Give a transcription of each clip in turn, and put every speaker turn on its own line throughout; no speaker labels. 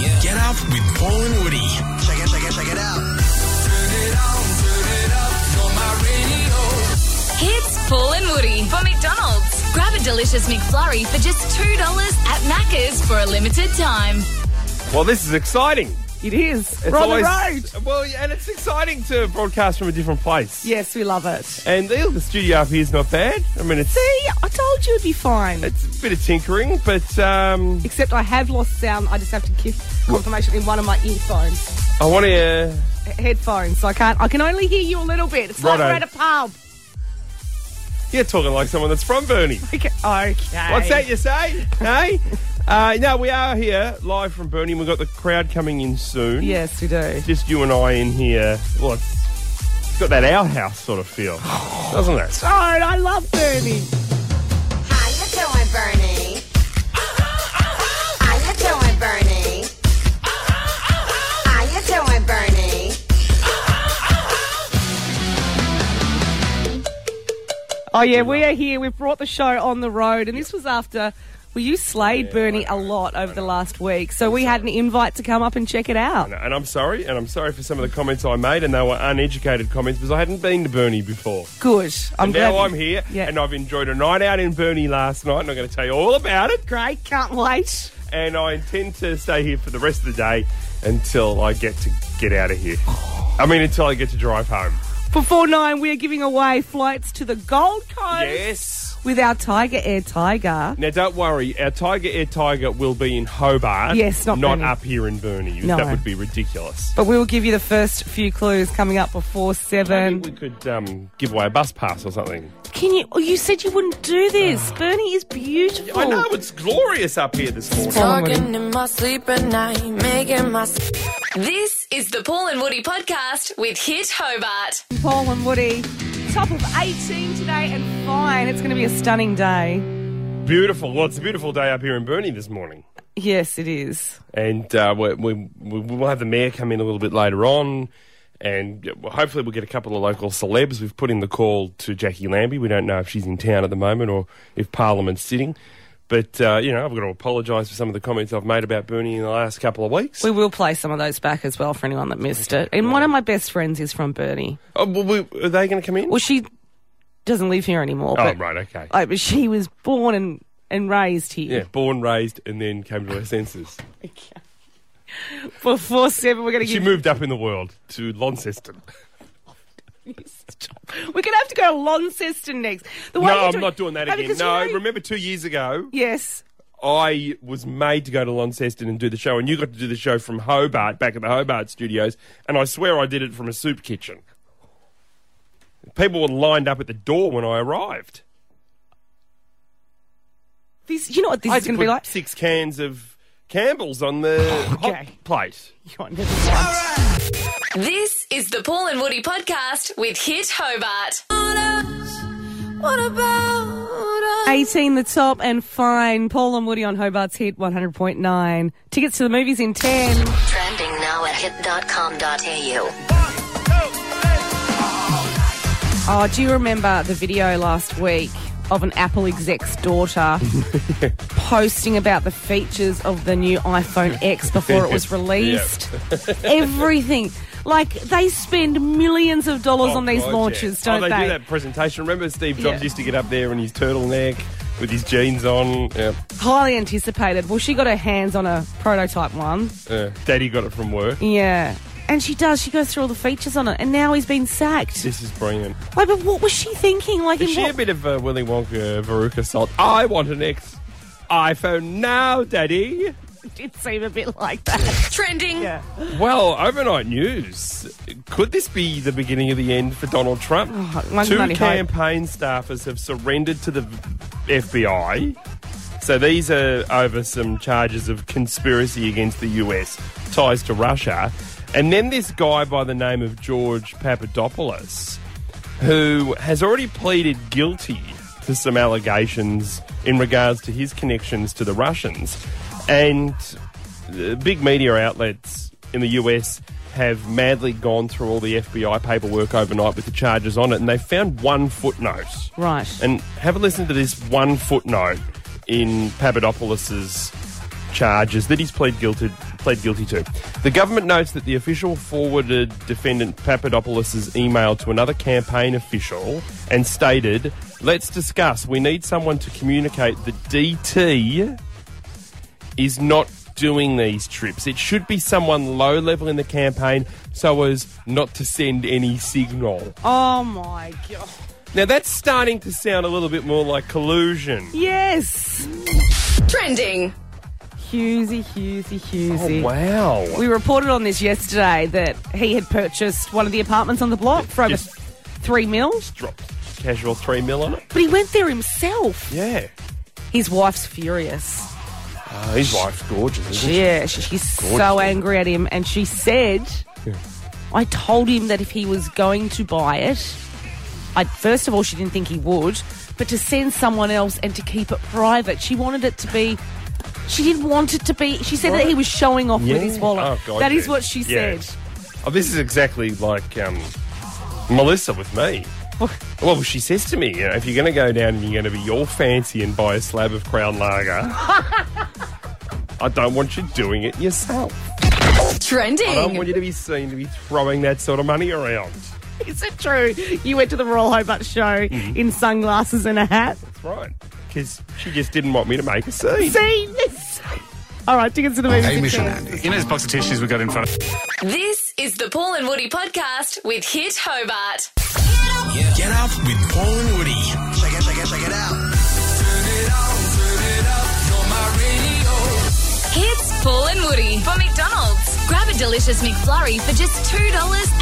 Yeah. Get up with Paul and Woody.
Check it, check it, check it out.
It's Paul and Woody for McDonald's. Grab a delicious McFlurry for just $2 at Macca's for a limited time.
Well, this is exciting.
It is.
It's
We're on
always,
the road.
Well, yeah, and it's exciting to broadcast from a different place.
Yes, we love it.
And the, the studio up here is not bad. I mean, it's
See, I told you it'd be fine.
it's a bit of tinkering, but um,
Except I have lost sound. I just have to give confirmation in one of my earphones,
I want to. Uh,
he- headphones. So I can't. I can only hear you a little bit. It's like
Righto.
we're at a pub.
you're talking like someone that's from Burnie.
Okay. okay.
What's that you say? hey? Uh, no, we are here live from Burnie. We've got the crowd coming in soon.
Yes, we do.
Just you and I in here. Well, it's, it's got that our house sort of feel, doesn't it?
Oh, I love Bernie.
How you doing, Bernie? How you doing, Bernie? How you doing, Bernie?
Oh yeah, we are here. We've brought the show on the road, and this was after. Well, you slayed Bernie a lot over the last week, so we had an invite to come up and check it out.
And I'm sorry, and I'm sorry for some of the comments I made, and they were uneducated comments because I hadn't been to Burnie before.
Good. I'm
now
glad.
I'm here,
Yeah.
and I've enjoyed a night out in Burnie last night, and I'm going to tell you all about it.
Great. Can't wait.
And I intend to stay here for the rest of the day until I get to get out of here. I mean, until I get to drive home.
Before nine, we are giving away flights to the Gold Coast
Yes.
with our Tiger Air Tiger.
Now, don't worry, our Tiger Air Tiger will be in Hobart.
Yes, not Burnie.
up here in Burnie.
No.
That would be ridiculous.
But we will give you the first few clues coming up before
Maybe
seven.
we could um, give away a bus pass or something.
Can you? Oh, you said you wouldn't do this. Bernie is beautiful.
I know, it's glorious up here this morning.
Talking in my sleep at night, making my
This is the Paul and Woody podcast with Hit Hobart.
Paul and Woody, top of 18 today and fine. It's going to be a stunning day.
Beautiful. Well, it's a beautiful day up here in Burnie this morning.
Yes, it is.
And uh, we, we, we- we'll have the mayor come in a little bit later on. And uh, hopefully, we'll get a couple of local celebs. We've put in the call to Jackie Lambie. We don't know if she's in town at the moment or if Parliament's sitting. But, uh, you know, I've got to apologise for some of the comments I've made about Burnie in the last couple of weeks.
We will play some of those back as well for anyone that missed it. And one of my best friends is from Bernie.
oh, well, we, are they going to come in?
Well, she doesn't live here anymore.
oh,
but,
right, okay.
I- but she was born and, and raised here.
yeah, born, raised, and then came to her senses.
Before seven, we're going to
She
give.
moved up in the world to Launceston.
We're going to have to go to Launceston next. The way
No,
you
I'm
do it-
not doing that again.
because
No,
you know-
remember two years ago?
Yes.
I was made to go to Launceston and do the show, and you got to do the show from Hobart, back at the Hobart studios, and I swear I did it from a soup kitchen. People were lined up at the door when I arrived.
This, you know what this
I
is
had to
going to
put
Oh, be like?
six cans of Campbell's on the hot
okay.
plate.
You're never right.
This is the Paul and Woody podcast with Hit Hobart.
What about
18 the top and fine. Paul and Woody on Hobart's hit 100.9. Tickets to the movies in 10.
Trending now at hit.com.au.
Oh, do you remember the video last week of an Apple exec's daughter posting about the features of the new iPhone X before it was released? Everything. Like, they spend millions of dollars on these
Oh, God,
launches,
yeah.
don't
oh, they, do that presentation. Remember Steve Jobs
Yeah.
used to get up there in his turtleneck with his jeans on? Yeah.
Highly anticipated. Well, she got her hands on a prototype one.
yeah. Daddy got it from work.
Yeah. And she does. She goes through all the features on it. And now he's been sacked.
This is brilliant.
Like, but what was she thinking? Like, in
Is she
what?
a bit of a Willy Wonka uh, Veruca Salt? I want an X iPhone now, Daddy.
It did seem a bit like that.
Trending.
Well, overnight news. Could this be the beginning of the end for Donald Trump?
one can
Two
only hope.
campaign staffers have surrendered to the FBI. So these are over some charges of conspiracy against the US, ties to Russia. And then this guy by the name of George Papadopoulos, who has already pleaded guilty to some allegations in regards to his connections to the Russians. And uh, big media outlets in the US have madly gone through all the FBI paperwork overnight with the charges on it, and they found one footnote.
Right.
And have a listen to this one footnote in Papadopoulos's charges that he's pleaded guilty pled guilty to. The government notes that the official forwarded defendant Papadopoulos' email to another campaign official and stated, Let's discuss. We need someone to communicate that DT is not doing these trips. It should be someone low level in the campaign so as not to send any signal.
Oh my god.
Now that's starting to sound a little bit more like collusion.
Yes.
Trending.
Husey, Husey, Husey.
Oh, wow.
We reported on this yesterday that he had purchased one of the apartments on the block for over
Yes.
three mils,
Drop casual three mil on it.
but he went there himself.
Yeah.
His wife's furious.
Oh, his wife's gorgeous, isn't she?
Yeah, she- she's so angry at him, and she said, "I told him that if he was going to buy it, I first of all she didn't think he would, but to send someone else and to keep it private. She wanted it to be." She didn't want it to be. She said that he was showing off with his
Yeah.
wallet.
Oh, God,
that is
yeah.
what she
Yeah.
said.
Oh, this is exactly like um, Melissa with me. Well, she says to me, you know, if you're going to go down and you're going to be all fancy and buy a slab of Crown Lager, I don't want you doing it yourself. I don't want
Trending.
you to be seen to be throwing that sort of money around.
Is it true? You went to the Royal Hobart show
Mm-hmm.
in sunglasses and a hat.
That's right. Because she just didn't want me to make a scene.
See this? All right, tickets to the movies.
Hamish and
It's-
Andy.
You know those box of tissues we got in front of
This is the Paul and Woody podcast with Hit Hobart.
Get up with Paul and Woody.
Check it, check it, check it out.
Hits Paul and Woody for McDonald's. Grab a delicious McFlurry for just $2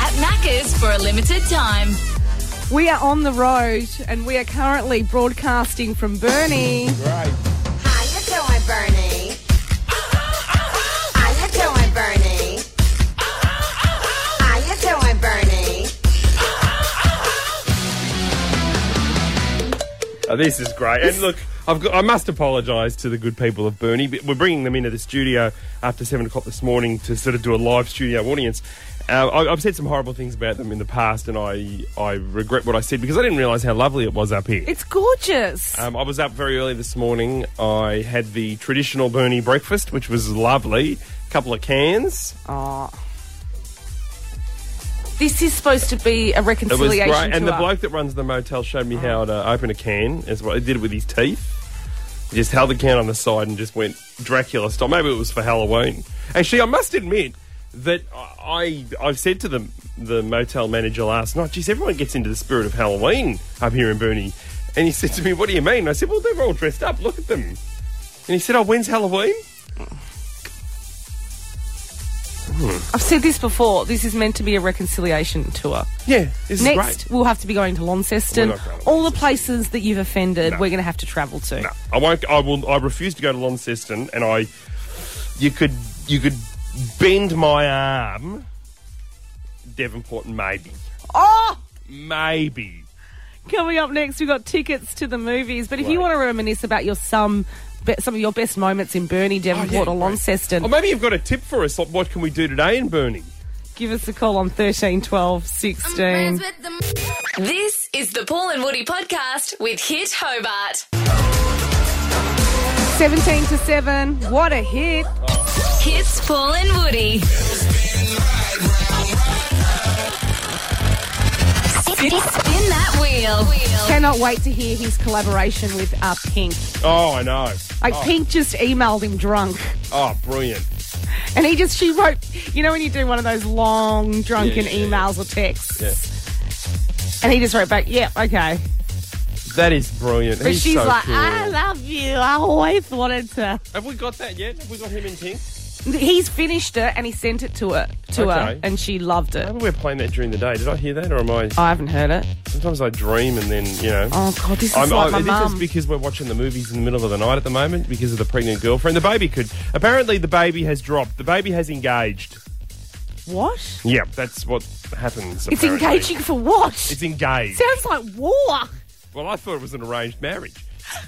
at Macca's for a limited time.
We are on the road and we are currently broadcasting from Burnie.
How you doing, Bernie? How you doing, Bernie? How you doing, Bernie?
Oh, this is great. And look, I've got, I must apologise to the good people of Burnie. but We're bringing them into the studio after 7 o'clock this morning to sort of do a live studio audience. Uh, I, I've said some horrible things about them in the past, and I, I regret what I said because I didn't realise how lovely it was up here.
It's gorgeous.
Um, I was up very early this morning. I had the traditional Burnie breakfast, which was lovely. A couple of cans.
This is supposed to be
It
a
was
reconciliation.
great. And the
tour. Oh.
bloke that runs the motel showed me how to open a can as well. He did it with his teeth. He just held the can on the side and just went Dracula style. Maybe it was for Halloween. Actually, I must admit that I I've said to the the motel manager last night, geez, everyone gets into the spirit of Halloween up here in Burnie. And he said to me, What do you mean? I said, Well, they're all dressed up, look at them. And he said, Oh, when's Halloween?
I've said this before. This is meant to be a reconciliation tour.
Yeah, this
Next,
is great.
we'll have to be going to Launceston.
We're not going to
All the places that you've offended,
No.
we're going to have to travel to.
No, I won't. I will. I refuse to go to Launceston, and I. You could. You could bend my arm. Devonport, maybe.
Oh!
Maybe.
Coming up next, we've got tickets to the movies. But if you
Right.
want to reminisce about your some, be, some of your best moments in Burnie, Devonport, or Launceston,
Or Oh, maybe you've got a tip for us. Like, what can we do today in Burnie?
give us a call on 13 12 16.
This is the Paul and Woody podcast with Hit Hobart.
17 to 7. What a hit.
Hits Paul and Woody. Spin spin that wheel.
Cannot wait to hear his collaboration with uh, Pink.
Oh, I know.
Like, Pink just emailed him drunk.
Oh, brilliant.
And he just, she wrote, you know, when you do one of those long drunken
Yeah, yeah,
emails or texts. And he just wrote back, yeah, okay.
That is brilliant.
But
He's
she's
so
like,
cool.
I love you. I always wanted to.
Have we got that yet? Have we got him in pink?
He's finished it and he sent it to her, to her,
Okay.
and she loved it.
Maybe we're playing that during the day. Did I hear that, or am I?
I haven't heard it.
Sometimes I dream, and then you know.
Oh god, this is
I'm,
like
I,
my
this is
mum.
because we're watching the movies in the middle of the night at the moment because of the pregnant girlfriend. The baby could. Apparently, the baby has dropped. The baby has engaged.
what?
Yeah, that's what happens.
It's
apparently.
engaging for what?
It's engaged.
Sounds like war.
well, I thought it was an arranged marriage.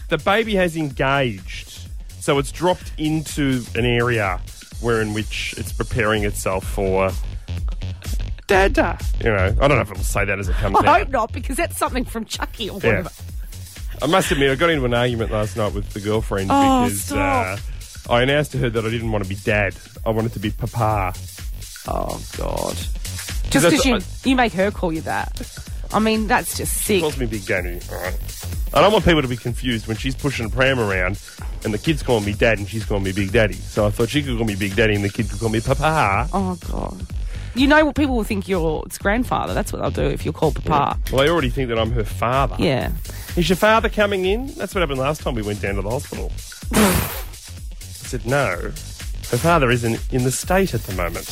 The baby has engaged, so it's dropped into an area where in which it's preparing itself for. Dada. You know, I don't know if it'll say that as it comes
I
out.
hope not, because that's something from Chucky or
Yeah.
whatever.
I must admit, I got into an argument last night with the girlfriend
Oh,
because
stop.
Uh, I announced to her that I didn't want to be dad. I wanted to be papa.
Oh God. Just
That's-
because you you make her call you that. I mean, that's just
She
sick.
calls me Big Danny. all right. I don't want people to be confused when she's pushing pram around and the kids call me dad and she's calling me Big Daddy. So I thought she could call me Big Daddy and the kid could call me papa.
Oh God. You know what people will think you're it's grandfather. That's what they'll do if you're called Papa.
Well, they already think that I'm her father.
Yeah.
Is your father coming in? That's what happened last time we went down to the hospital. I said, no. Her father isn't in the state at the moment.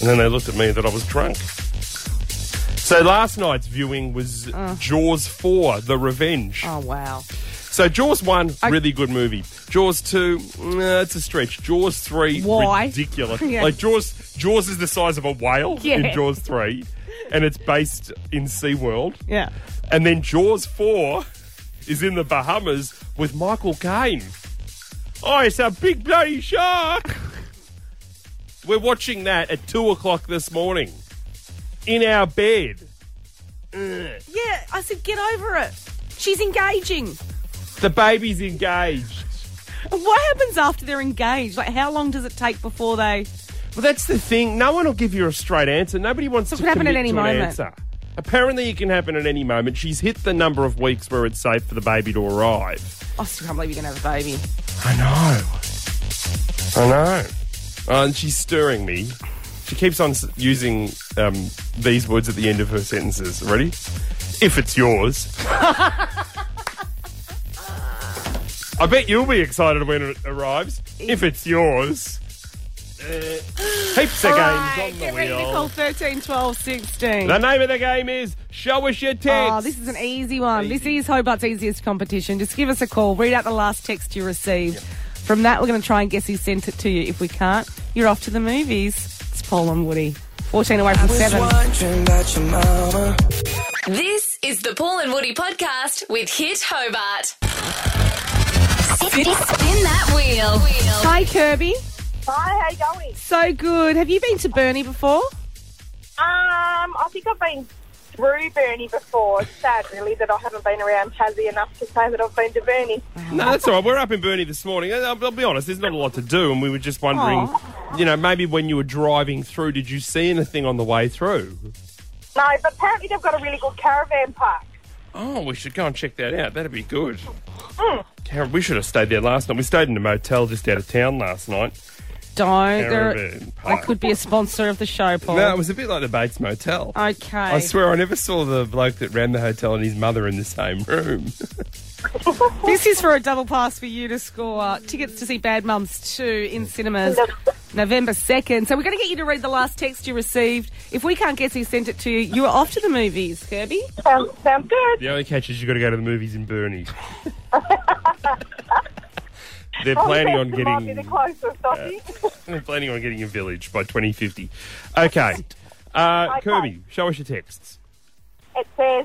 And then they looked at me that I was drunk. So last night's viewing was
Ah.
Jaws 4, The Revenge.
Oh wow.
So Jaws 1, really good movie. Jaws 2, nah, it's a stretch. Jaws 3,
Why?
ridiculous.
Yeah.
Like Jaws Jaws is the size of a whale in
Yeah.
Jaws 3, and it's based in SeaWorld.
Yeah.
And then Jaws 4 is in the Bahamas with Michael Caine. Oh, it's a big bloody shark! We're watching that at 2 o'clock this morning in our bed.
Yeah. I said get over it. She's engaging.
The baby's engaged.
And What happens after they're engaged? Like how long does it take before they?
Well, that's the thing. No one will give you a straight answer. Nobody wants
So it
to
could happen at
commit
any
to an
moment.
answer. Apparently, it can happen at any moment. She's hit the number of weeks where it's safe for the baby to arrive.
"Oh, I still can't believe you're gonna have a baby.
I know. I know. Oh, and she's stirring me. She keeps on s- using um, these words at the end of her sentences. Ready? If it's yours. I bet you'll be excited when it arrives. If it's yours. Uh, heaps of games
Alright,
on the
get ready to call
wheel.
13, 12, 16.
The name of the game is Show Us Your Tits.
Oh, this is an easy one. This is Hobart's easiest competition. Just give us a call. Read out the last text you received. From that, we're going to try and guess who sent it to you. If we can't, you're off to the movies. It's Paul and Woody. 14 away from 7.
This is the Paul and Woody podcast with Hit Hobart. Spin that wheel.
Hi, Kirby.
Hi, how you going?
So good. Have you been to Burnie before?
Um, I think I've been through Bernie before. It's sad, really, that I haven't been around Hazzy enough to say that I've been to Bernie.
No, that's all right. We're up in Burnie this morning. And I'll, I'll be honest, there's not a lot to do, and we were just wondering, you know, maybe when you were driving through, did you see anything on the way through?
No, but apparently they've got a really good caravan park.
Oh, we should go and check that out. That'd be good. Karen, we should have stayed there last night. We stayed in a motel just out of town last night.
Don't. There-
Caravan park.
that could be a sponsor of the show, Paul.
No, it was a bit like the Bates Motel.
okay.
I swear I never saw the bloke that ran the hotel and his mother in the same room.
This is for a double pass for you to score tickets to see Bad Mums 2 in cinemas November 2nd. So we're going to get you to read the last text you received. If we can't guess who sent it to you, you are off to the movies, Kirby.
Sounds, sounds good.
The only catch is you've got to go to the movies in Burnie. They're planning on
Probably might be the
getting
closest, I think.
I'm planning on getting a village by 2050. Okay. Uh, Kirby, show us your texts.
It says,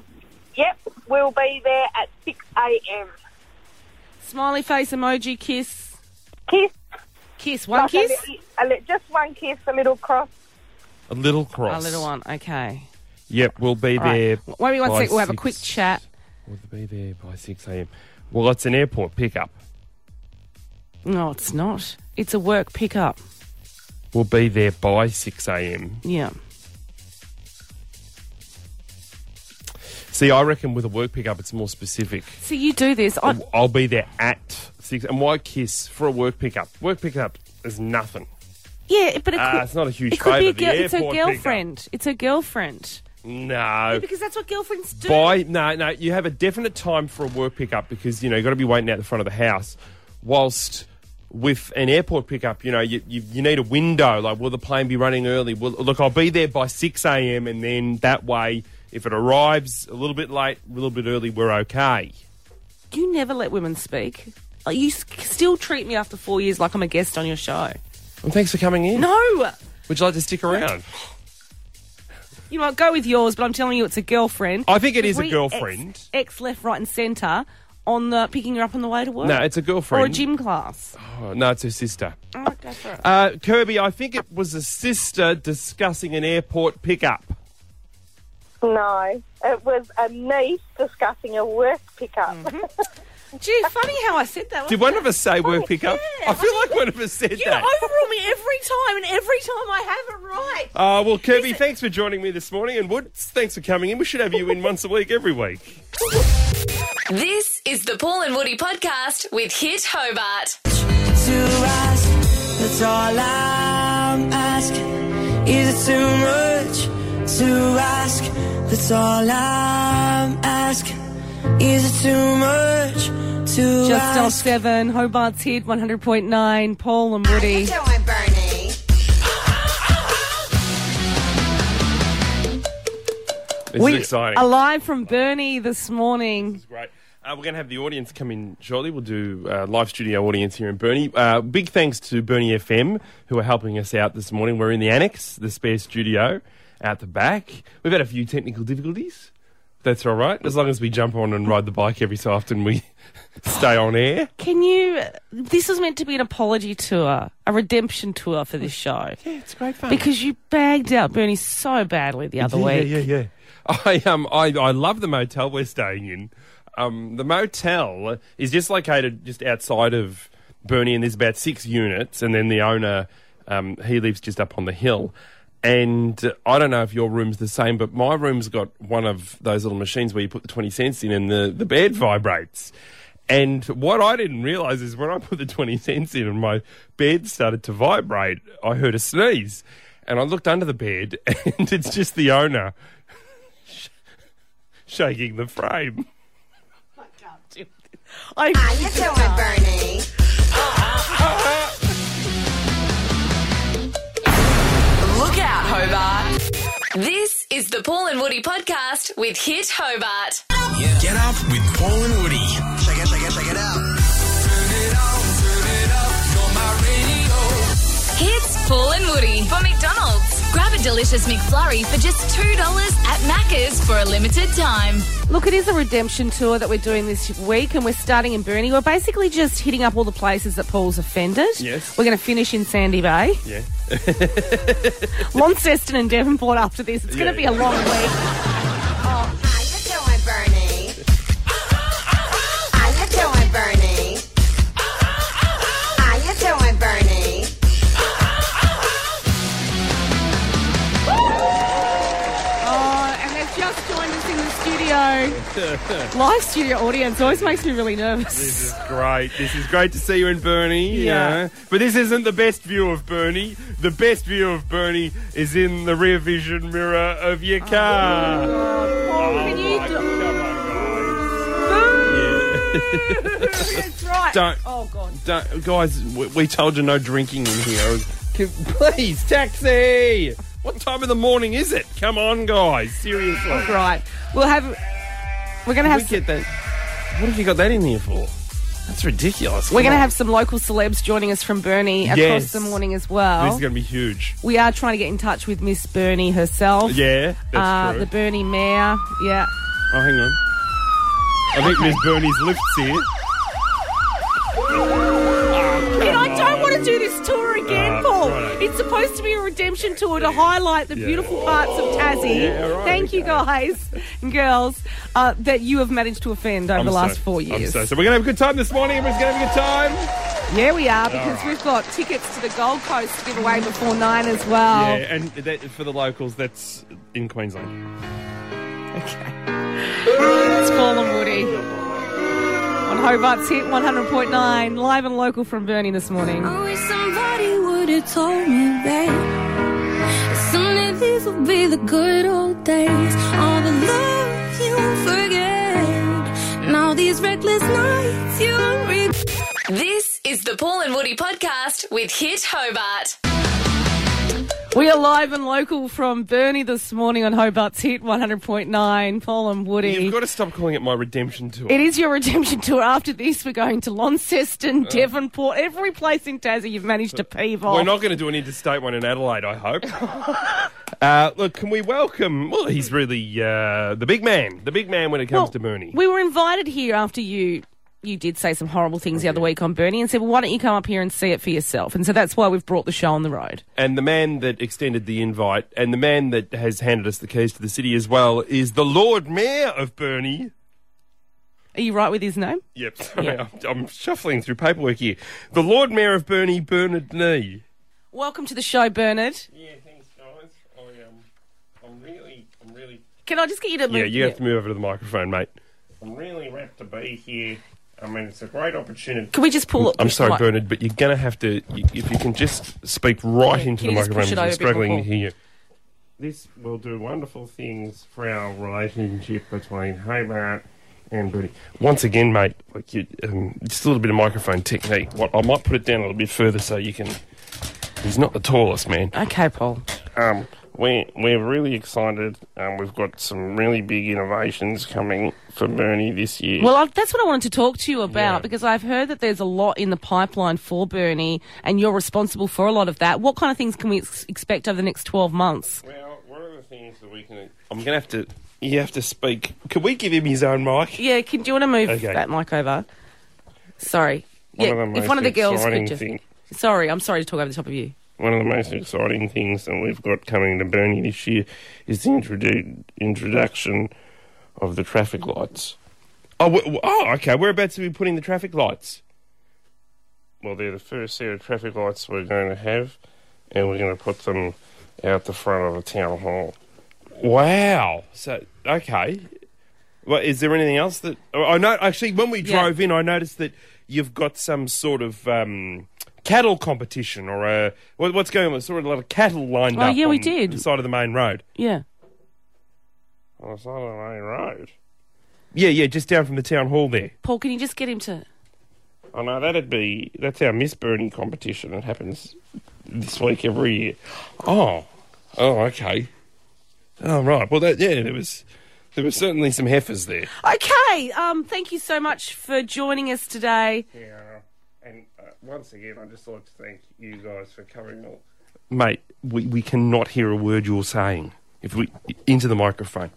yep, we'll be there at 6 a.m.
Smiley face emoji, kiss.
Kiss.
Kiss, one kiss?
A li- a li- just one kiss, a little cross.
A little
A
cross.
little one, okay.
Yep, we'll be
All
there.
right. Wait me one
by
sec, we'll have a
six-
quick chat.
We'll be there by 6 a.m. Well, it's an airport pickup.
No, it's not. It's a work pickup.
We'll be there by 6 a.m.
Yeah.
See, I reckon with a work pickup, it's more specific.
So you do this. I,
I'll be there at 6. And why kiss for a work pickup? Work pickup is nothing.
yeah, but it could,
Ah, it's not a huge
it could be
favour,
a
the
girl. It's her
airport pickup.
girlfriend. It's her girlfriend.
No.
Because that's what girlfriends do.
By no, no, you have a definite time for a work pickup because you know you got to be waiting out the front of the house. Whilst with an airport pickup, you know you, you you need a window. Like, will the plane be running early? Well, look, I'll be there by six a.m. and then that way, if it arrives a little bit late, a little bit early, we're okay.
You never let women speak. Uh, You s- still treat me after four years like I'm a guest on your show.
Well, thanks for coming in.
No!
Would you like to stick around?
You might go with yours, but I'm telling you it's a girlfriend.
I think it is a
We
girlfriend.
Ex, ex left, right, and centre on the picking her up on the way to work.
No, it's a girlfriend.
Or a gym class.
Oh, no, it's her sister.
Oh, go for it.
Uh, Kirby, I think it was a sister discussing an airport pickup.
No, it was a niece discussing a work pickup.
Gee, funny how I said that.
Did one of us say work pickup?
Oh, yeah.
I feel like one of us said
You
that.
overrule me every time, and every time I have it right.
Uh, well, Kirby, thanks for joining me this morning. And Woods, thanks for coming in. We should have you in once a week every week.
This is the Paul and Woody podcast with Hit Hobart.
to rise. That's all I'm asking. Is it too much to ask? That's all I'm asking. Is it too much to
Just off
ask?
seven, Hobart's hit 100.9, Paul and Woody.
How you doing, Bernie?
This is exciting.
Alive from Bernie this morning.
Great. Uh, we're going to have the audience come in shortly. We'll do uh, live studio audience here in Bernie. Uh, big thanks to Bernie FM who are helping us out this morning. We're in the annex, the spare studio out the back. We've had a few technical difficulties. That's all right. As long as we jump on and ride the bike every so often, we stay on air.
Can you? This was meant to be an apology tour, a redemption tour for this show,
Yeah, it's great fun.
because you bagged out Bernie so badly the other
yeah,
week.
Yeah, yeah, yeah. I um I, I love the motel we're staying in. Um, the motel is just located just outside of Burnie, and there's about six units, and then the owner um, he lives just up on the hill. And uh, I don't know if your room's the same, but my room's got one of those little machines where you put the twenty cents in, and the the bed vibrates. And what I didn't realise is when I put the 20 cents in and my bed started to vibrate, I heard a sneeze. And I looked under the bed and it's just the owner sh- shaking the frame.
I,
How you doing, Bernie?
Look out, Hobart. This is the Paul and Woody podcast with Hit Hobart.
Get up with Paul and Woody.
Check it, check it, check it out.
Hits Paul and Woody for McDonald's. Grab a delicious McFlurry for just $2 at Macca's for a limited time.
look, it is a redemption tour that we're doing this week, and we're starting in Bernie. We're basically just hitting up all the places that Paul's offended.
Yes.
we're going to finish in Sandy Bay.
Yeah.
Launceston and Devonport after this. It's going
Yeah.
to be a long week.
How you doing, Bernie? How you doing, Bernie? How you doing, Bernie?
Oh, and they've just joined us in the studio. Live studio audience always makes me really nervous.
This is great. This is great to see you in Bernie.
Yeah.
yeah. But this isn't the best view of Bernie. The best view of Bernie is in the rear vision mirror of your car. Oh
Paul, Oh. can you
my-
do-
come on, guys. Yeah.
That's right.
Don't-
Oh god.
Don't, guys, we, we told you no drinking in here. Can- please, taxi! What time of the morning is it? Come on, guys, seriously.
Right. We'll have. We're gonna have.
We get that. What have you got that in here for? That's ridiculous.
we're going to have some local celebs joining us from Bernie across
Yes.
the morning as
This
well.
is going to be huge.
we are trying to get in touch with Miss Bernie herself.
Yeah, that's
Uh,
true.
the Bernie mayor. Yeah.
Oh, hang on. I think Miss Bernie's lift's here.
And I don't want to do this tour again,
Uh,
Paul.
right.
It's supposed to be a redemption tour to highlight the
Yeah.
beautiful parts of Tassie.
Yeah, right,
Thank you,
okay.
guys and girls, uh, that you have managed to offend over
I'm
the
so-
last four
I'm
years.
so, so we're going to have a good time this morning. Everyone's going to have a good time.
Yeah, we are because we've got tickets to the Gold Coast to give away before nine as well.
Yeah, and that, for the locals, that's in Queensland.
It's Paul and Woody on Hobart's hit 100.9, live and local from Burnie this morning.
I wish somebody would have told me that someday these will be the good old days. All the love you forget, and all these reckless nights you regret.
This is the Paul and Woody podcast with Hit Hobart.
We are live and local from Burnie this morning on Hobart's hit 100.9, Paul and Woody.
You've got to stop calling it my redemption tour.
it is your redemption tour. After this, we're going to Launceston, Devonport, every place in Tassie you've managed to peeve off.
Uh. We're not going to do an interstate one in Adelaide, I hope. uh, look, can we welcome? Well, he's really uh, the big man, the big man when it comes
Well,
to Mooney.
We were invited here after you you did say some horrible things the other week on Bernie and said, well, why don't you come up here and see it for yourself? And so that's why we've brought the show on the road.
and the man that extended the invite and the man that has handed us the keys to the city as well is the Lord Mayor of Burnie,
Are you right with his name?
Yep, sorry, I'm, I'm shuffling through paperwork here. The Lord Mayor of Burnie, Bernard Nee.
Welcome to the show, Bernard.
Yeah, thanks, guys. I, um, I'm really, I'm really.
Can I just get you to move?
Yeah, you have to move over to the microphone, mate. I'm really wrapped to be here. I mean, it's a great opportunity.
Can we just pull up?
I'm sorry,
like-
Bernard, but you're going to have to, you, if you can just speak right into the
can you just
microphone,
push it
I'm
over a bit
struggling to
more?
hear you. This will do wonderful things for our relationship between Hobart and Booty. Once again, mate, like you, um, just a little bit of microphone technique. What I might put it down a little bit further so you can. He's not the tallest man.
Okay, Paul.
Um, we're, we're really excited. Um, we've got some really big innovations coming for Bernie this year.
Well, I, that's what I wanted to talk to you about
Yeah.
because I've heard that there's a lot in the pipeline for Bernie, and you're responsible for a lot of that. What kind of things can we ex- expect over the next 12 months?
Well, one of the things that we can. I'm going to have to. You have to speak. Can we give him his own mic?
Yeah, can do you want to move
Okay.
that mic over? Sorry. yeah,
of the
if one of the
most
girls could
exciting
just.
thing-
Sorry, I'm sorry to talk over the top of you.
One of the most exciting things that we've got coming to Burnie this year is the introdu- introduction of the traffic lights. Oh, w- w- oh, okay. Whereabouts are we putting the traffic lights? Well, they're the first set of traffic lights we're going to have, and we're going to put them out the front of the town hall. Wow. So, okay. Well, is there anything else that oh, I know? Actually, when we
Yeah.
drove in, I noticed that you've got some sort of um, cattle competition or a what, what's going on? There's sort of a lot of cattle lined
Oh,
up.
yeah, we
on
did.
the side of the main road.
Yeah.
On the side of the main road. Yeah, yeah, just down from the town hall there.
Paul, can you just get him to.
Oh no, that'd be that's our Miss Burning competition. It happens this week every year. Oh, oh, okay. Oh right. Well, that yeah, there was there was certainly some heifers there.
Okay, um, thank you so much for joining us today.
Yeah, and uh, once again, I'd just like to thank you guys for coming. All. Mate, we, we cannot hear a word you're saying if we into the microphone.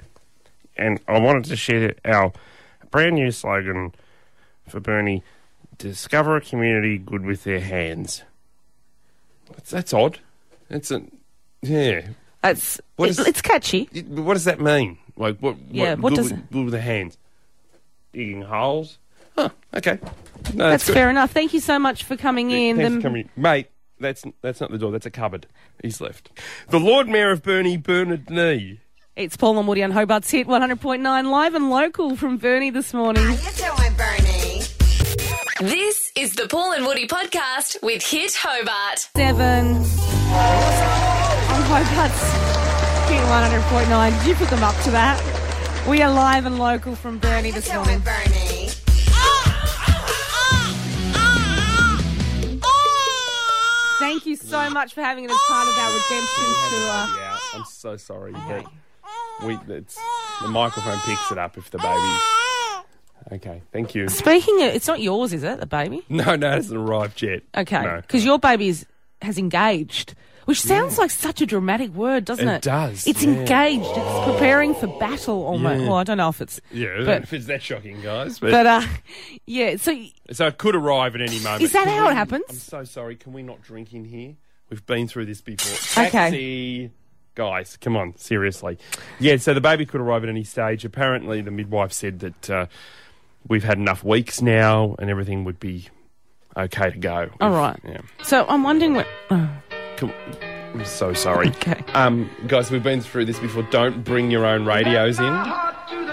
And I wanted to share our brand new slogan for Bernie: "Discover a community good with their hands." That's, that's odd. That's a yeah.
That's,
What
it-
is-
it's catchy.
It- but what does that mean? Like what?
Yeah, what
good
does
with,
it-
good with the hands? Digging holes. Huh. Okay. No,
That's
good.
fair enough. Thank you so much for coming in.
Thanks
The-
for coming, in. mate. That's that's not the door. That's a cupboard. He's left. The Lord Mayor of Burnie, Bernard Nee.
It's Paul and Woody on Hobart's Hit 100.9 live and local from Bernie this morning.
How you doing, Bernie?
This is the Paul and Woody podcast with Hit Hobart.
Seven Oh on Hobart's Hit 100.9. Did you put them up to that? We are live and local from Bernie
How you
this
doing,
morning.
Bernie?
Thank you so much for having it as part of our redemption tour.
Yeah, I'm so sorry, but we it's, the microphone picks it up if the baby's. Okay, thank you.
Speaking of, it's not yours, is it, the baby?
No, no, it hasn't arrived yet.
Okay.
No.
Because your baby is, has engaged, which sounds like such a dramatic word, doesn't it?
It does,
It's
yeah.
engaged. It's preparing for battle almost.
Yeah.
Well, I don't know if it's.
Yeah, I don't
but-
know if it's that shocking, guys. But,
But, uh, yeah, so
so it could arrive at any moment.
Is that
Can
how it
we-
happens?
I'm so sorry. Can we not drink in here? We've been through this before.
Okay.
Taxi. Guys, come on, seriously. Yeah, so the baby could arrive at any stage. Apparently, the midwife said that uh, we've had enough weeks now and everything would be okay to go.
All right.
Yeah.
So I'm wondering what. Oh,
Come- I'm so sorry.
Okay.
Um, guys, we've been through this before. Don't bring your own radios in.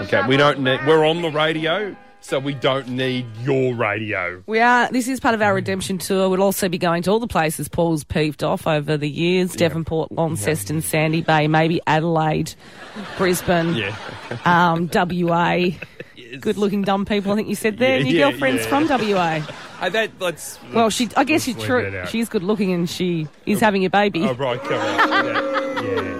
Okay, we don't need, we're on the radio, so we don't need your radio.
we are. This is part of our redemption tour. We'll also be going to all the places Paul's peeved off over the years: Devonport, Launceston, Sandy Bay, maybe Adelaide, Brisbane,
Yeah.
um, WA. Good-looking dumb people. I think you said there.
Yeah,
and your
yeah,
girlfriend's
yeah.
from WA.
Uh, that, let's,
Well, she. I guess she's
Let's leave that
true.
out.
She's good-looking and she is having a baby.
Oh, right, come on. Yeah. yeah.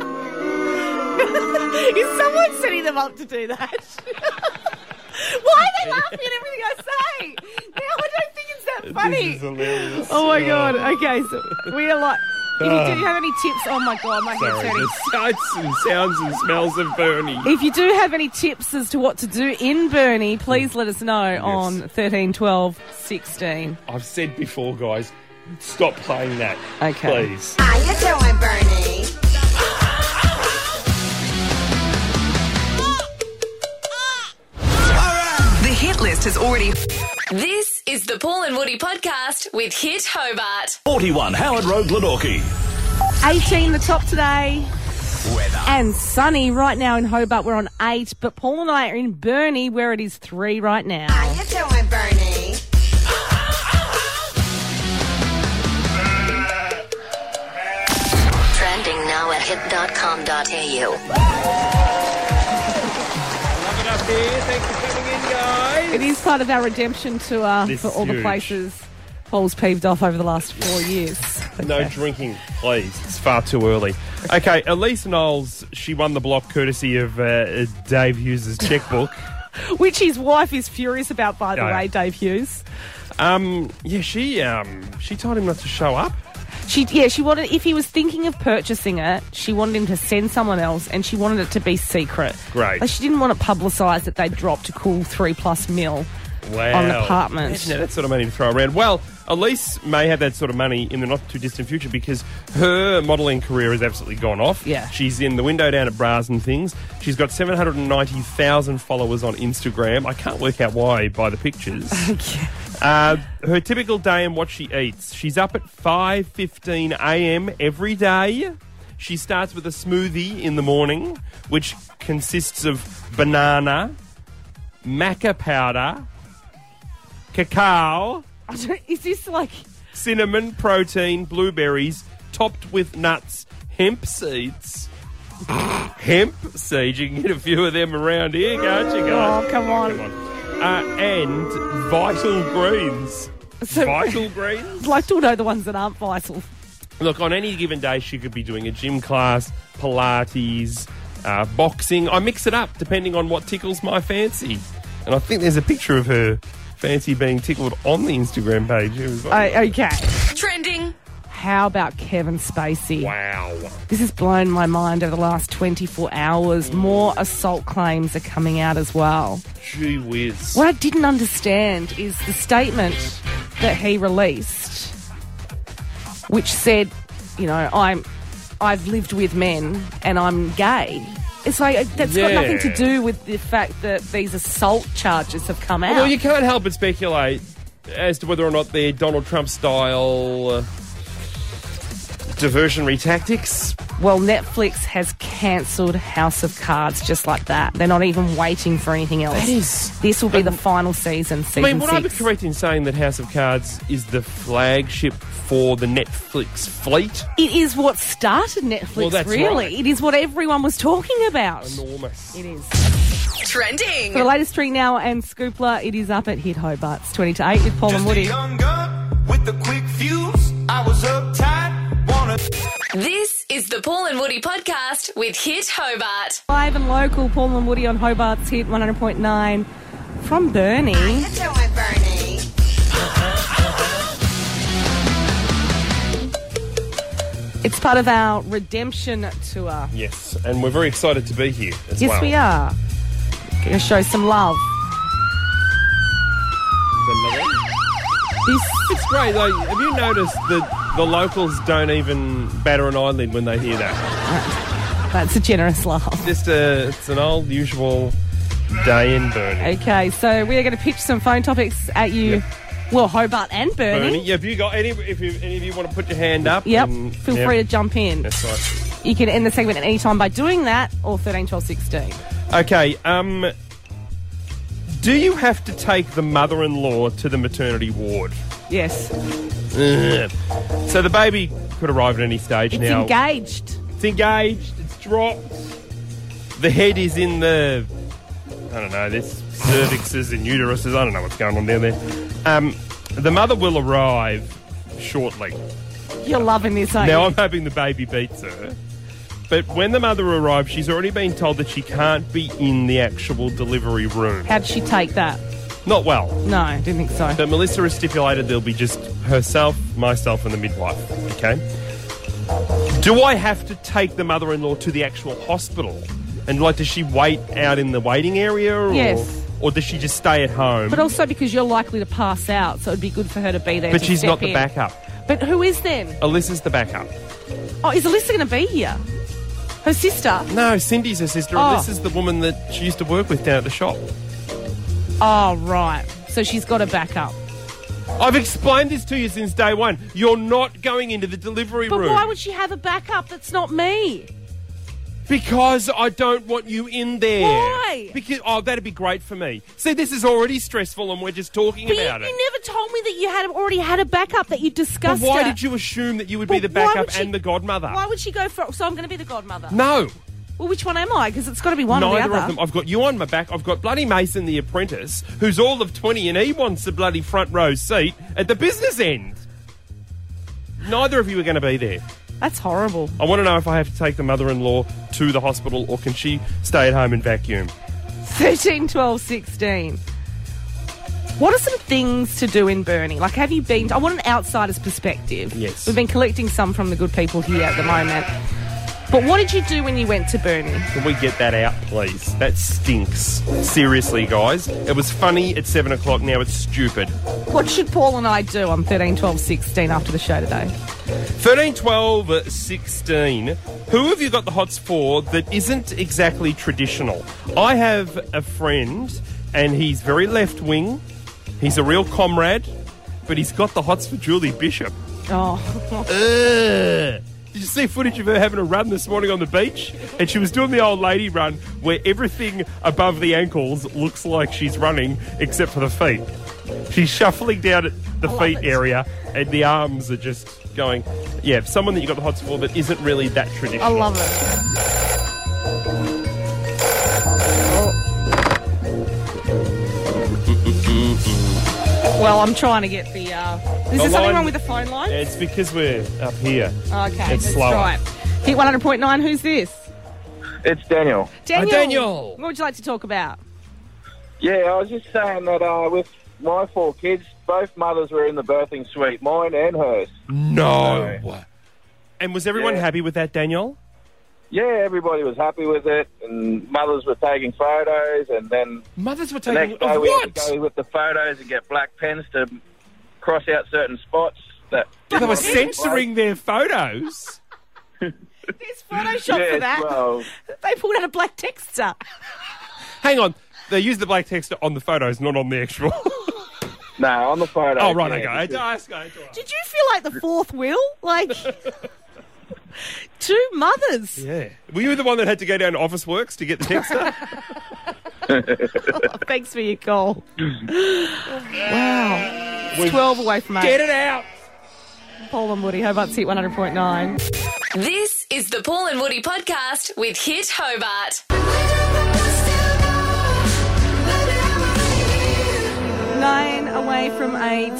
oh.
Is someone setting them up to do that? Why are they laughing at everything I say? Now I don't think it's that funny.
hilarious.
Oh my god. Okay, so we are like. If you do have any tips, oh my god, my head's
Uh. Sorry,
hurting.
the sights and sounds and smells of Bernie.
If you do have any tips as to what to do in Burnie, please let us know on 13, 12, 16.
I've said before, guys, stop playing that.
Okay.
Please.
How you doing, Bernie?
The hit list
list has already.
This is the Paul and Woody podcast with Hit Hobart.
41 Howard Road, Glenorchy.
18 the top today. And sunny right now in Hobart. We're on eight, but Paul and I are in Burnie where it is three right now.
How you doing, Bernie?
Trending now at hit.com.au.
Love it up here. Thanks for coming in, guys.
It is part of our redemption tour
This
for
is
all the
huge.
places Paul's peeved off over the last four years.
No drinking, please. It's far too early. Okay, Elise Knowles, she won the block courtesy of uh, Dave Hughes' checkbook.
Which his wife is furious about, by the
Yeah.
way, Dave Hughes.
Um, yeah, she um, she told him not to show up.
She yeah, she wanted if he was thinking of purchasing it, she wanted him to send someone else and she wanted it to be secret.
Great.
Like she didn't want it publicised that they dropped a cool three plus mil.
Wow.
on an apartment.
Imagine that sort of money to throw around. Well, Elise may have that sort of money in the not too distant future because her modelling career has absolutely gone off.
Yeah.
She's in the window down at Bras and Things. She's got 790,000 followers on Instagram. I can't work out why by the pictures. Uh, her typical day and what she eats. She's up at 5:15 a.m. every day. She starts with a smoothie in the morning, which consists of banana, maca powder, cacao,
I don't- Is this like
cinnamon, protein, blueberries, topped with nuts, hemp seeds. hemp seeds. You can get a few of them around here, can't you guys?
Oh, come on.
Come on. Uh, and vital greens.
So-
vital greens?
like to know the ones that aren't vital?
Look, on any given day, she could be doing a gym class, Pilates, uh, boxing. I mix it up depending on what tickles my fancy. And I think there's a picture of her fancy being tickled on the Instagram page. It was like,
Oh, okay.
Trending.
How about Kevin Spacey?
wow.
This has blown my mind over the last 24 hours. More assault claims are coming out as well.
Gee whiz.
What I didn't understand is the statement that he released, which said, you know, I'm, I've lived with men and I'm gay. It's like that's got nothing to
Yeah.
do with the fact that these assault charges have come out.
Well, you can't help but speculate as to whether or not they're Donald Trump style uh, diversionary tactics.
Well, Netflix has cancelled House of Cards just like that. They're not even waiting for anything else.
That is- um,
This will be the final season.
I
Season
mean, would I be
six.
correct in saying that House of Cards is the flagship for the Netflix fleet?
It is what started Netflix.
Well, that's
really,
right.
it is what everyone was talking about.
Enormous.
It is.
Trending.
For the latest Street Now and Scoopla, it is up at Hit Hobart's 20 to 8 with Paul and Woody.
Young gun with a quick fuse. I was uptight, wanna.
This is the Paul and Woody podcast with Hit Hobart.
Live and local, Paul and Woody on Hobart's Hit 100.9 from Burnie.
You doing, Bernie?
It's part of our redemption tour.
Yes, and we're very excited to be here as
Yes,
well.
we are. Gonna show some love. This
It's great, though. Have you noticed that the locals don't even batter an eyelid when they hear that?
that's a generous laugh.
Just a, it's an old usual day in Burnie.
Okay, so we are going to pitch some phone topics at you. Well, Hobart and Burnie.
Bernie, have you got any? If you, any of you want to put your hand up,
Yep.
and-
Feel
Mm, yeah,
free to jump in.
That's right.
You can end the segment at any time by doing that or 13, 12, 16.
Okay. Um, do you have to take the mother-in-law to the maternity ward?
Yes.
Ugh. So the baby could arrive at any stage
It's
now.
engaged.
It's engaged. It's dropped. The head is in the. I don't know. There's cervixes and uteruses. I don't know what's going on down there. Um, the mother will arrive shortly.
You're loving this, aren't
Now
you?
I'm hoping the baby beats her. But when the mother arrives, she's already been told that she can't be in the actual delivery room.
How'd she take that?
Not well.
No, didn't think so.
But Melissa has stipulated there'll be just herself, myself, and the midwife. Okay? Do I have to take the mother in law to the actual hospital? And, like, does she wait out in the waiting area? Or,
Yes.
Or does she just stay at home?
But also because you're likely to pass out, so it'd be good for her to be there.
But
to
she's
step
not the
in.
backup.
But who is then?
Alyssa's the backup.
Oh, is Alyssa going to be here? Her sister.
No, Cindy's her sister.
Oh.
Alyssa's the woman that she used to work with down at the shop.
Oh, right. So she's got a backup.
I've explained this to you since day one. You're not going into the delivery
But
room.
why would she have a backup that's not me?
Because I don't want you in there.
Why?
Because oh, that'd be great for me. See, this is already stressful, and we're just talking
But you,
about it.
you never told me that you had already had a backup that you
But
discussed.
why
it.
did you assume that you would be
But
the
why would
backup
she-
and the godmother?
Why would she go for? So I'm going to be the godmother.
no,
Well, which one am I? Because it's got to be one or the
neither
other.
of them. I've got you on my back. I've got bloody Mason the apprentice, who's all of twenty, and he wants a bloody front row seat at the business end. Neither of you are going to be there.
That's horrible.
I want to know if I have to take the mother-in-law to the hospital, or can she stay at home and vacuum?
13, 12, 16. What are some things to do in Burnie? Like, have you been? I want an outsider's perspective.
Yes.
We've been collecting some from the good people here at the moment. But what did you do when you went to Burnie?
Can we get that out, please? That stinks. Seriously, guys. It was funny at 7 o'clock, now it's stupid.
What should Paul and I do on 13, 12, 16 after the show today?
13, 12, uh, 16. Who have you got the hots for that isn't exactly traditional? I have a friend, and he's very left wing. He's a real comrade, but he's got the hots for Julie Bishop.
Oh,
Ugh. Did you see footage of her having a run this morning on the beach? And she was doing the old lady run where everything above the ankles looks like she's running except for the feet. She's shuffling down at the feet area and the arms are just going. Yeah, someone that you got the hots for that isn't really that
I
traditional.
love it. Well, I'm trying to get the. Uh, is there
The
something
line-
wrong with the phone line?
Yeah, it's because we're up here.
Okay,
It's
that's
slower. Oh,
right. Hit 100.9, who's this?
It's Daniel.
Daniel.
Daniel.
What would you like to talk about?
Yeah, I was just saying that uh, with my four kids, both mothers were in the birthing suite, mine and hers.
No. And was everyone
Yeah.
happy with that, Daniel?
Yeah, everybody was happy with it, and mothers were taking photos, and then
Mothers were
the
taking.
next day we had
what?
to go with the photos and get black pens to cross out certain spots. That
They were censoring their photos.
There's Photoshop for
Yes,
that.
well.
They pulled out a black texter.
Hang on. They used the black text on the photos, not on the actual.
No, on the photo.
Oh, right,
yeah,
okay.
because-
I, I, I,
Did you feel like the fourth wheel? Like two mothers.
yeah. Were you the one that had to go down to Office Works to get the texter?
Thanks for your call. wow. It's 12 away from us.
Get
it out.
Paul and Woody, Hobart's Hit 100.9.
This is the Paul and Woody podcast with Hit Hobart.
Nine away from eight.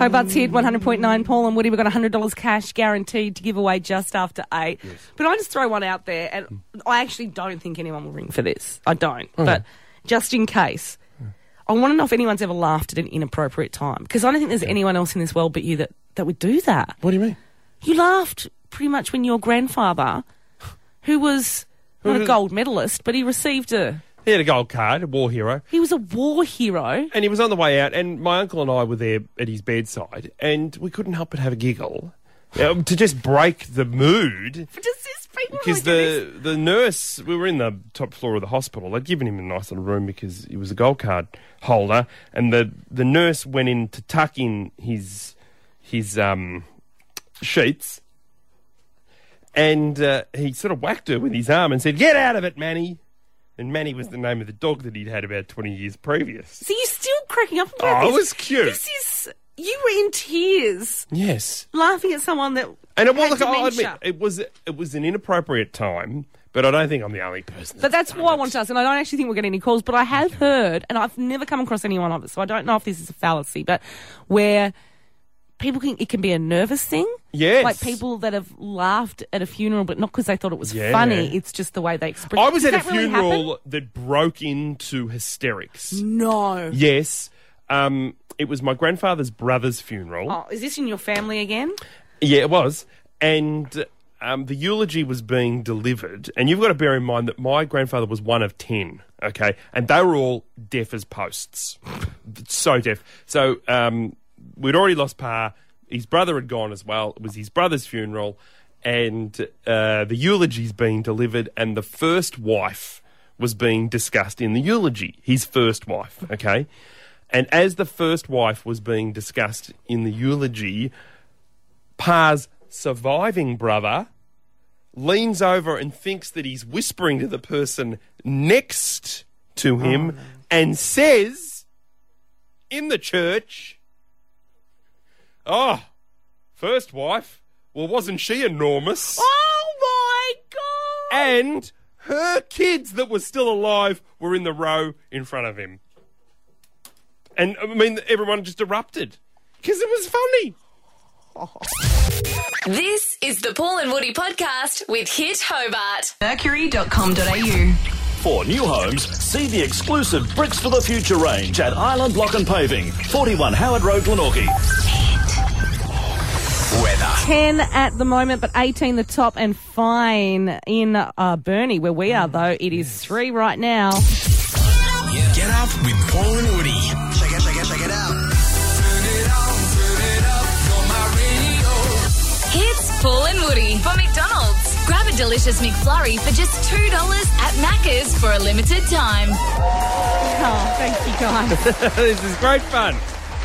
Hobart's Hit 100.9. Paul and Woody, we've got $100 cash guaranteed to give away just after eight. But I just throw one out there, and I actually don't think anyone will ring for this. I don't. But just in case, I want to know if anyone's ever laughed at an inappropriate time because I don't think there's anyone else in this world but you that, that would do that.
What do you mean?
You laughed pretty much when your grandfather, who was not a gold medalist, but he received a
He had a gold card, a war hero.
he was a war hero.
And he was on the way out, and my uncle and I were there at his bedside, and we couldn't help but have a giggle um, to just break the mood.
But does this people really
Because
do this?
the, the nurse, we were in the top floor of the hospital. They'd given him a nice little room because he was a gold card holder, and the, the nurse went in to tuck in his his um, sheets, and uh, he sort of whacked her with his arm and said, "Get out of it, Manny." And Manny was the name of the dog that he'd had about twenty years previous.
So you're still cracking up
Oh,
about
it
this.
was cute.
This is you were in tears
Yes,
laughing at someone that
and it was
had
look, I'll admit,
dementia.
it was it was an inappropriate time, but I don't think I'm the only person.
But that's why I wanted to ask, and I don't actually think we're getting any calls, but I have heard, and I've never come across anyone of it, so I don't know if this is a fallacy, but where people can, it can be a nervous thing.
Yes.
Like people that have laughed at a funeral, but not because they thought it was
Yeah.
funny, it's just the way they express
I was
Does
at a
that really
funeral
happen?
that broke into hysterics.
No.
Yes. Um, it was my grandfather's brother's funeral.
Oh, is this in your family again?
Yeah, it was. And um, the eulogy was being delivered. And you've got to bear in mind that my grandfather was one of 10, okay? And they were all deaf as posts. so deaf. So um, we'd already lost Pa. His brother had gone as well. It was his brother's funeral. And uh, the eulogy's being delivered. And the first wife was being discussed in the eulogy, his first wife, okay? And as the first wife was being discussed in the eulogy, Pa's surviving brother leans over and thinks that he's whispering to the person next to him
Oh.
and says in the church, Oh, first wife, well, wasn't she enormous?
Oh my god!
And her kids that were still alive were in the row in front of him. And I mean, everyone just erupted because it was funny.
This is the Paul and Woody podcast with Hit Hobart.
Mercury.com.au.
For new homes, see the exclusive Bricks for the Future range at Island Block and Paving, 41 Howard Road, Glenorchy. Weather.
10 at the moment, but 18 the top and fine in uh, Burnie, where we are, though. It is three right now.
Get up with Paul and Woody. Check it, check it, check it out.
Hits Paul and Woody for McDonald's. Grab a delicious McFlurry for just $2 at Macca's for a limited time.
Oh, thank you, guys.
this is great fun.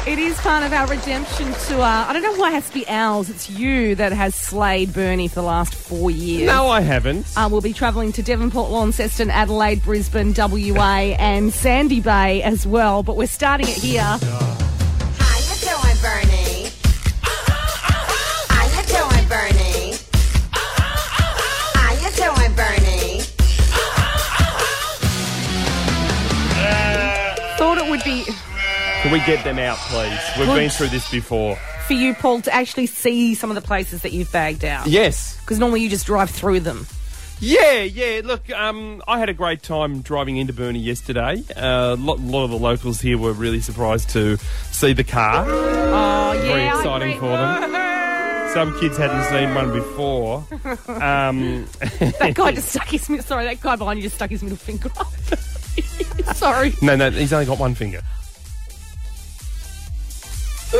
it is part of our redemption tour. I don't know why it has to be ours. It's you that has slayed Burnie for the last four years.
No, I haven't.
Uh, we'll be travelling to Devonport, Launceston, Adelaide, Brisbane, WA, and Sandy Bay as well. But we're starting it here.
How you doing, Bernie? How you doing, Bernie? How you doing, Bernie?
Thought it would be
Can we get them out, please? We've
Well,
been through this before.
for you, Paul, to actually see some of the places that you've bagged out.
Yes.
Because normally you just drive through them.
Yeah, yeah. Look, um, I had a great time driving into Burnie yesterday. A lot, lot of the locals here were really surprised to see the car.
Oh, yeah.
Very
I
exciting
agree.
for them. Some kids hadn't seen one before. Um,
That guy just stuck his middle. Sorry, that guy behind you just stuck his middle finger up. sorry.
no, no, he's only got one finger.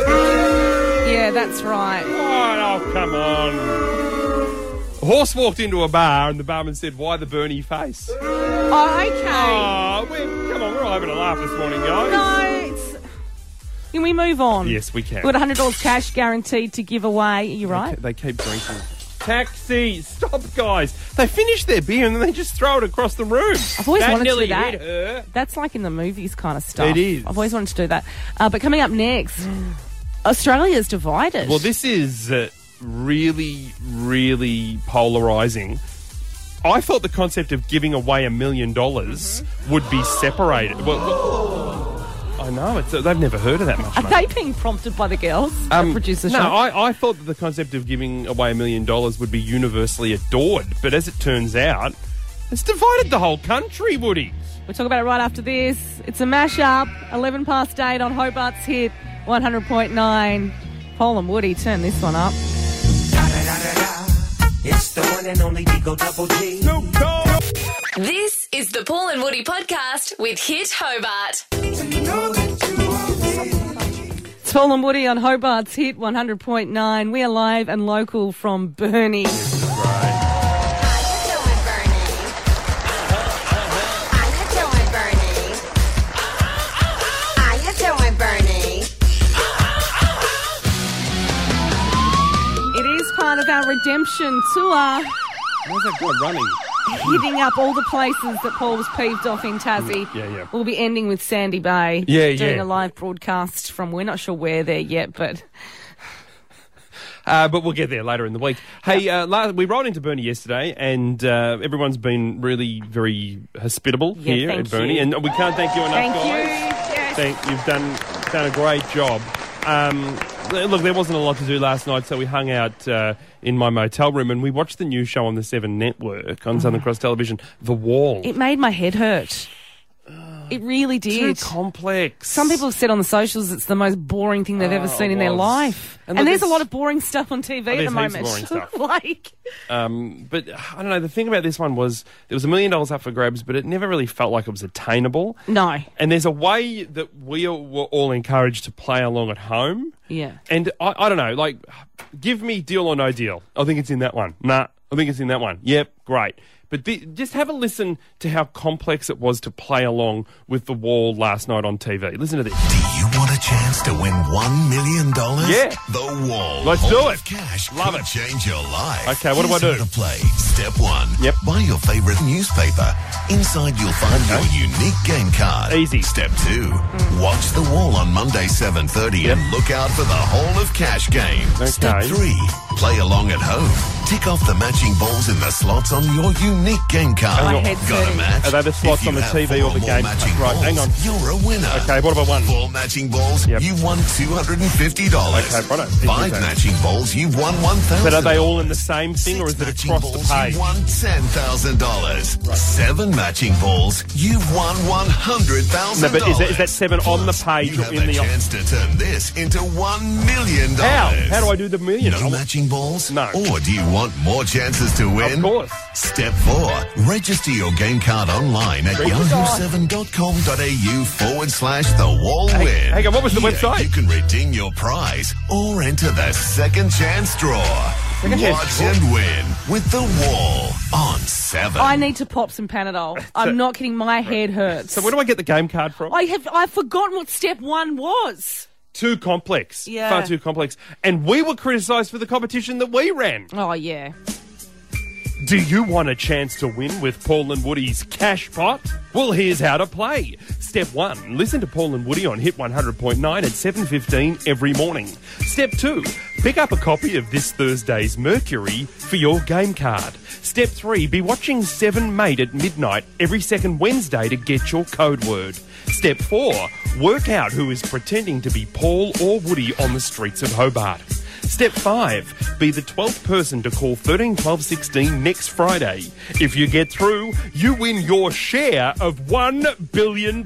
Yeah, that's right.
Oh, no, come on. A horse walked into a bar and the barman said, Why the Burnie face?
Oh, okay.
Oh, we're, come on, we're all having a laugh this morning, guys.
No, it's. Can we move on?
Yes, we can.
We've got $100 cash guaranteed to give away. Are you right?
They keep drinking. Taxi! Stop, guys! They finish their beer and then they just throw it across the room.
I've always
that
wanted to
nearly
do that.
hit her.
That's like in the movies kind of stuff.
It is.
I've always wanted to do that. Uh, but coming up next, Australia's divided.
Well, this is uh, really, really polarizing. I thought the concept of giving away a million dollars
Mm-hmm.
would be separated. Well, well, I know it's, they've never heard of that much.
Are
money.
they being prompted by the girls? Um, producer
no,
Sean?
I, I thought that the concept of giving away a million dollars would be universally adored, but as it turns out, it's divided the whole country, Woody.
We'll talk about it right after this. It's a mashup, 11 past 8 on Hobart's hit 100.9. Paul and Woody, turn this one up.
It's the one and only Digo Double G.
This is the Paul and Woody podcast with Hit Hobart.
It's Paul and Woody on Hobart's hit 100.9. We are live and local from Burnie.
How you doing, Bernie? How you doing, Bernie? How you doing, Bernie?
It is part of our redemption tour,
Where's that good running?
hitting up all the places that Paul was peeved off in Tassie.
Yeah, yeah.
We'll be ending with Sandy Bay.
Yeah,
Doing
yeah.
a live broadcast from, we're not sure where there yet, but
Uh, but we'll get there later in the week. Hey, uh, la we rolled into Burnie yesterday, and uh, everyone's been really very hospitable
Yeah,
here
thank
at Burnie,
you.
and we can't thank you enough,
thank you.
guys.
Yes.
Thank you've done done a great job. Um, look, there wasn't a lot to do last night, so we hung out uh, in my motel room and we watched the new show on the Seven Network on Southern Cross Television, The Wall.
Uh-huh. It made my head hurt. It really
Too
did.
complex.
Some people have said on the socials it's the most boring thing they've
Oh,
ever seen
it
in their
was.
life.
And
And,
look,
there's a
it's- Oh,
lot of boring stuff on TV at the
there's heaps
moment.
of boring stuff.
like,
Um, but I don't know. The thing about this one was there was a million dollars up for grabs, but it never really felt like it was attainable.
no.
And there's a way that we all- were all encouraged to play along at home.
Yeah.
And I, I don't know, like, give me deal or no deal. I think it's in that one. Nah, I think it's in that one. Yep, great. But thi- just have a listen to how complex it was to play along with The Wall last night on TV. Listen to this.
You want a chance to win $1 million?
Yeah.
The Wall.
Let's
All
do
of
it.
Cash Love it. change your life.
Okay, what do I
Here's
do?
how to play. Step one. Yep. Buy your favorite newspaper. Inside, you'll find your unique game card. Easy. Step two. Watch The Wall on Monday, 7.30 and look out for the Hall of Cash game. Step three. Play along at home. Tick off the matching balls in the slots on your unique game card.
My head's
Got a
hurting.
match?
Are they the slots
If you
on the
have
TV or
four
the
more
game?
matching
Right, hang on.
You're a winner.
Okay, what have I won?
Four matching balls, you've won two hundred and fifty dollars.
Okay, righto.
Five
Okay.
matching balls, you've won one thousand.
But are they all in the same thing or is it across the page?
You've won ten thousand dollars. Seven matching balls, you've won one hundred
No,
thousand.
but is that, is that seven on the page
You
or
have
in
a
the?
chance to turn this into one million
How?
dollars.
How do I do the million? I
No
want-
matching balls? No. Or do you want more chances to win? Of course. Step four. Register your game card online at
Register.
yahoo7.com.au forward slash the wall win. Hang on, what was the website? You can redeem your prize or enter the second chance draw.
Second chance
Watch
draw.
and win with the wall on seven.
I need to pop some Panadol. I'm not kidding. My head hurts.
So where do I get the game card from?
I have I've forgotten what step one was.
Too complex.
Yeah.
Far too complex. And we were criticised for the competition that we ran.
Oh yeah.
Do you want a chance to win with Paul and Woody's cash pot? Well, here's how to play. Step 1, listen to Paul and Woody on Hit 100.9 at 7:15 every morning. Step 2, pick up a copy of this Thursday's Mercury for your game card. Step 3, be watching 7 Mate at midnight every second Wednesday to get your code word. Step 4, work out who is pretending to be Paul or Woody on the streets of Hobart. Step 5 Be the 12th person to call 13 12 16 next Friday. If you get through, you win your share of $1 billion,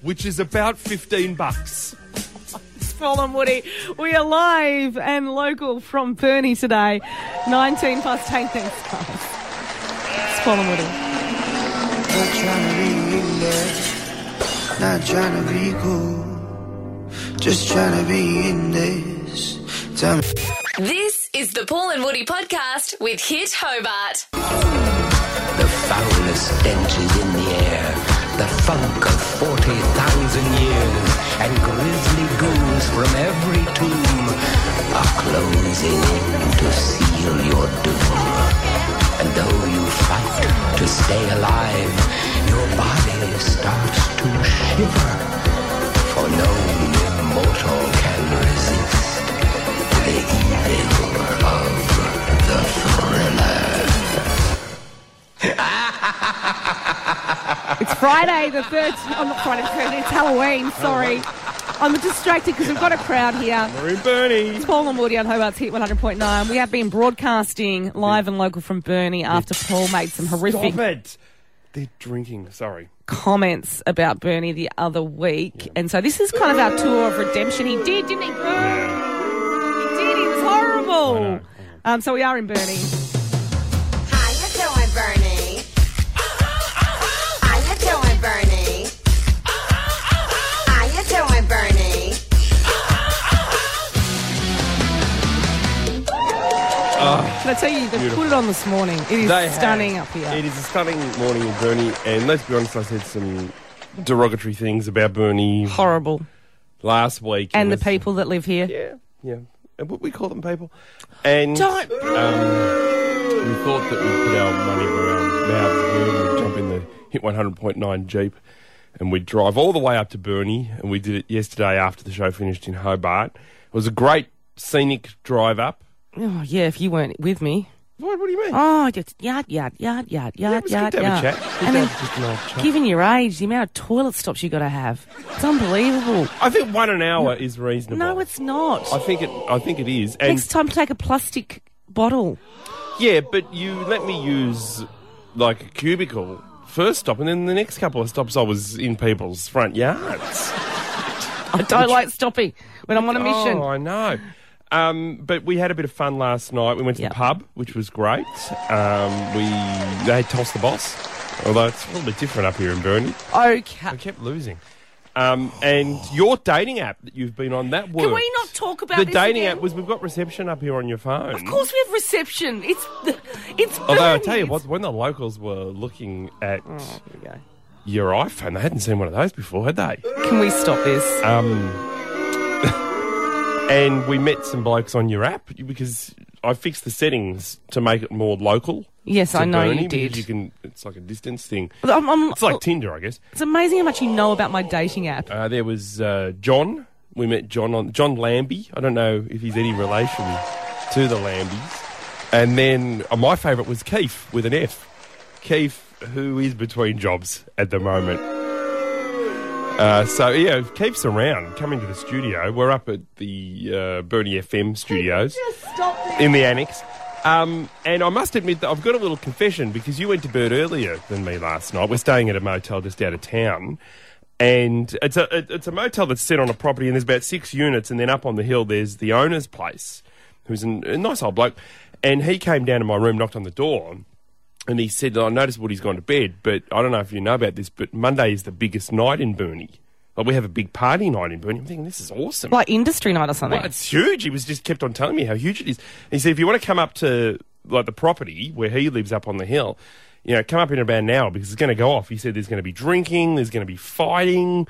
which is about 15 bucks.
It's Paul and Woody. We are live and local from Burnie today. 19 plus 10 things. It's Paul and Woody.
Not trying to be in there. Not trying to be cool. Just trying to be in this. Tell me.
This is the Paul and Woody podcast with Hit Hobart.
The foulest stench is in the air. The funk of 40,000 years and grisly ghouls from every tomb are closing in to seal your doom. And though you fight to stay alive, your body starts to shiver. For no immortal can resist the evil of the thriller.
It's Friday the 13th. Oh, not Friday the 13th. It's Halloween. Sorry. I'm distracted because we've got a crowd here.
We're in Burnie.
It's Paul and Woody on Hobart's Hit 100.9. We have been broadcasting live and local from Burnie after Paul made some horrific
Stop it. They're drinking, sorry.
comments about Bernie the other week. And so this is kind of our tour of redemption. He did, didn't he? He did. He was horrible. Um, so we are in Bernie.
How you doing, Bernie? How you doing, Bernie? How you doing, Bernie?
Can I tell you, they
Beautiful.
put it on this morning. It is
They have.
stunning up here.
It is a stunning morning in Burnie, and let's be honest, I said some derogatory things about Burnie.
Horrible.
Last week. It
and the
was-
people that live here.
Yeah. Yeah. And what we call them people. And
Don't-
Um, we thought that we'd put our money where our mouths were. and We'd jump in the Hit 100.9 Jeep and we'd drive all the way up to Burnie. And we did it yesterday after the show finished in Hobart. It was a great scenic drive up.
Oh, yeah, if you weren't with me.
What, what do you mean?
Oh, just yad, yad, yad, yad, yad,
it was good
yad,
to have a
yad.
chat. Good
I
to
mean,
have just an old chat.
given your age, the amount of toilet stops you got to have, it's unbelievable.
I think one an hour is reasonable.
No, it's not.
I think it. I think it is. And
Next time, take a plastic bottle.
Yeah, but you let me use like a cubicle first stop, and then the next couple of stops I was in people's front yards.
I don't like stopping when I'm on a mission.
Oh, I know. Um, but we had a bit of fun last night. We went to the pub, which was great. Um, we they had tossed the boss, although it's a little bit different up here in Burnie.
Okay.
We kept losing. Um, and your dating app that you've been on that worked.
Can we not talk about
the
this
dating
again?
app was we've got reception up here on your phone.
Of course, we have reception. It's it's.
Although I
burning.
tell you what, when the locals were looking at
we go.
your iPhone, they hadn't seen one of those before, had they?
Can we stop this?
Um, and we met some blokes on your app because I fixed the settings to make it more local.
Yes,
to
I know you
Burnie because
did.
You can. It's like a distance thing.
Well, I'm- I'm-
it's like
well-
Tinder, I guess.
It's amazing how much you know about my dating app.
Uh, there was uh, John. We met John on John Lambie. I don't know if he's any relation to the Lambies. And then uh, my favourite was Keith with an F. Keith, who is between jobs at the moment. Uh, so yeah, Keith's around. Come into the studio. We're up at the uh, Bernie FM studios in the annex. Um, and I must admit that I've got a little confession because you went to bed earlier than me last night. We're staying at a motel just out of town. And it's a it- it's a motel that's set on a property, and there's about six units. And then up on the hill, there's the owner's place, who's an, a nice old bloke. And he came down to my room, knocked on the door, and he said, "I noticed Woody's gone to bed, but I don't know if you know about this, but Monday is the biggest night in Burnie. Like we have a big party night in Burnie. I'm thinking this is awesome.
Like industry night or something.
Well, it's huge. He was just kept on telling me how huge it is. And he said, if you want to come up to like the property where he lives up on the hill, you know, come up in about an hour because it's going to go off. He said, there's going to be drinking, there's going to be fighting,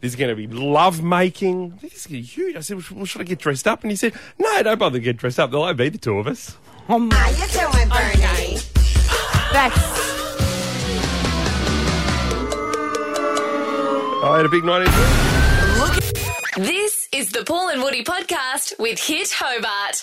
there's going to be love making. I think This is going to be huge. I said, well, sh- well, should I get dressed up? And he said, no, don't bother to get dressed up. There'll only be the two of us.
Are you doing, Bernie?
Oh, That's
Oh, I had a big night in
This is the Paul and Woody podcast with Hit Hobart.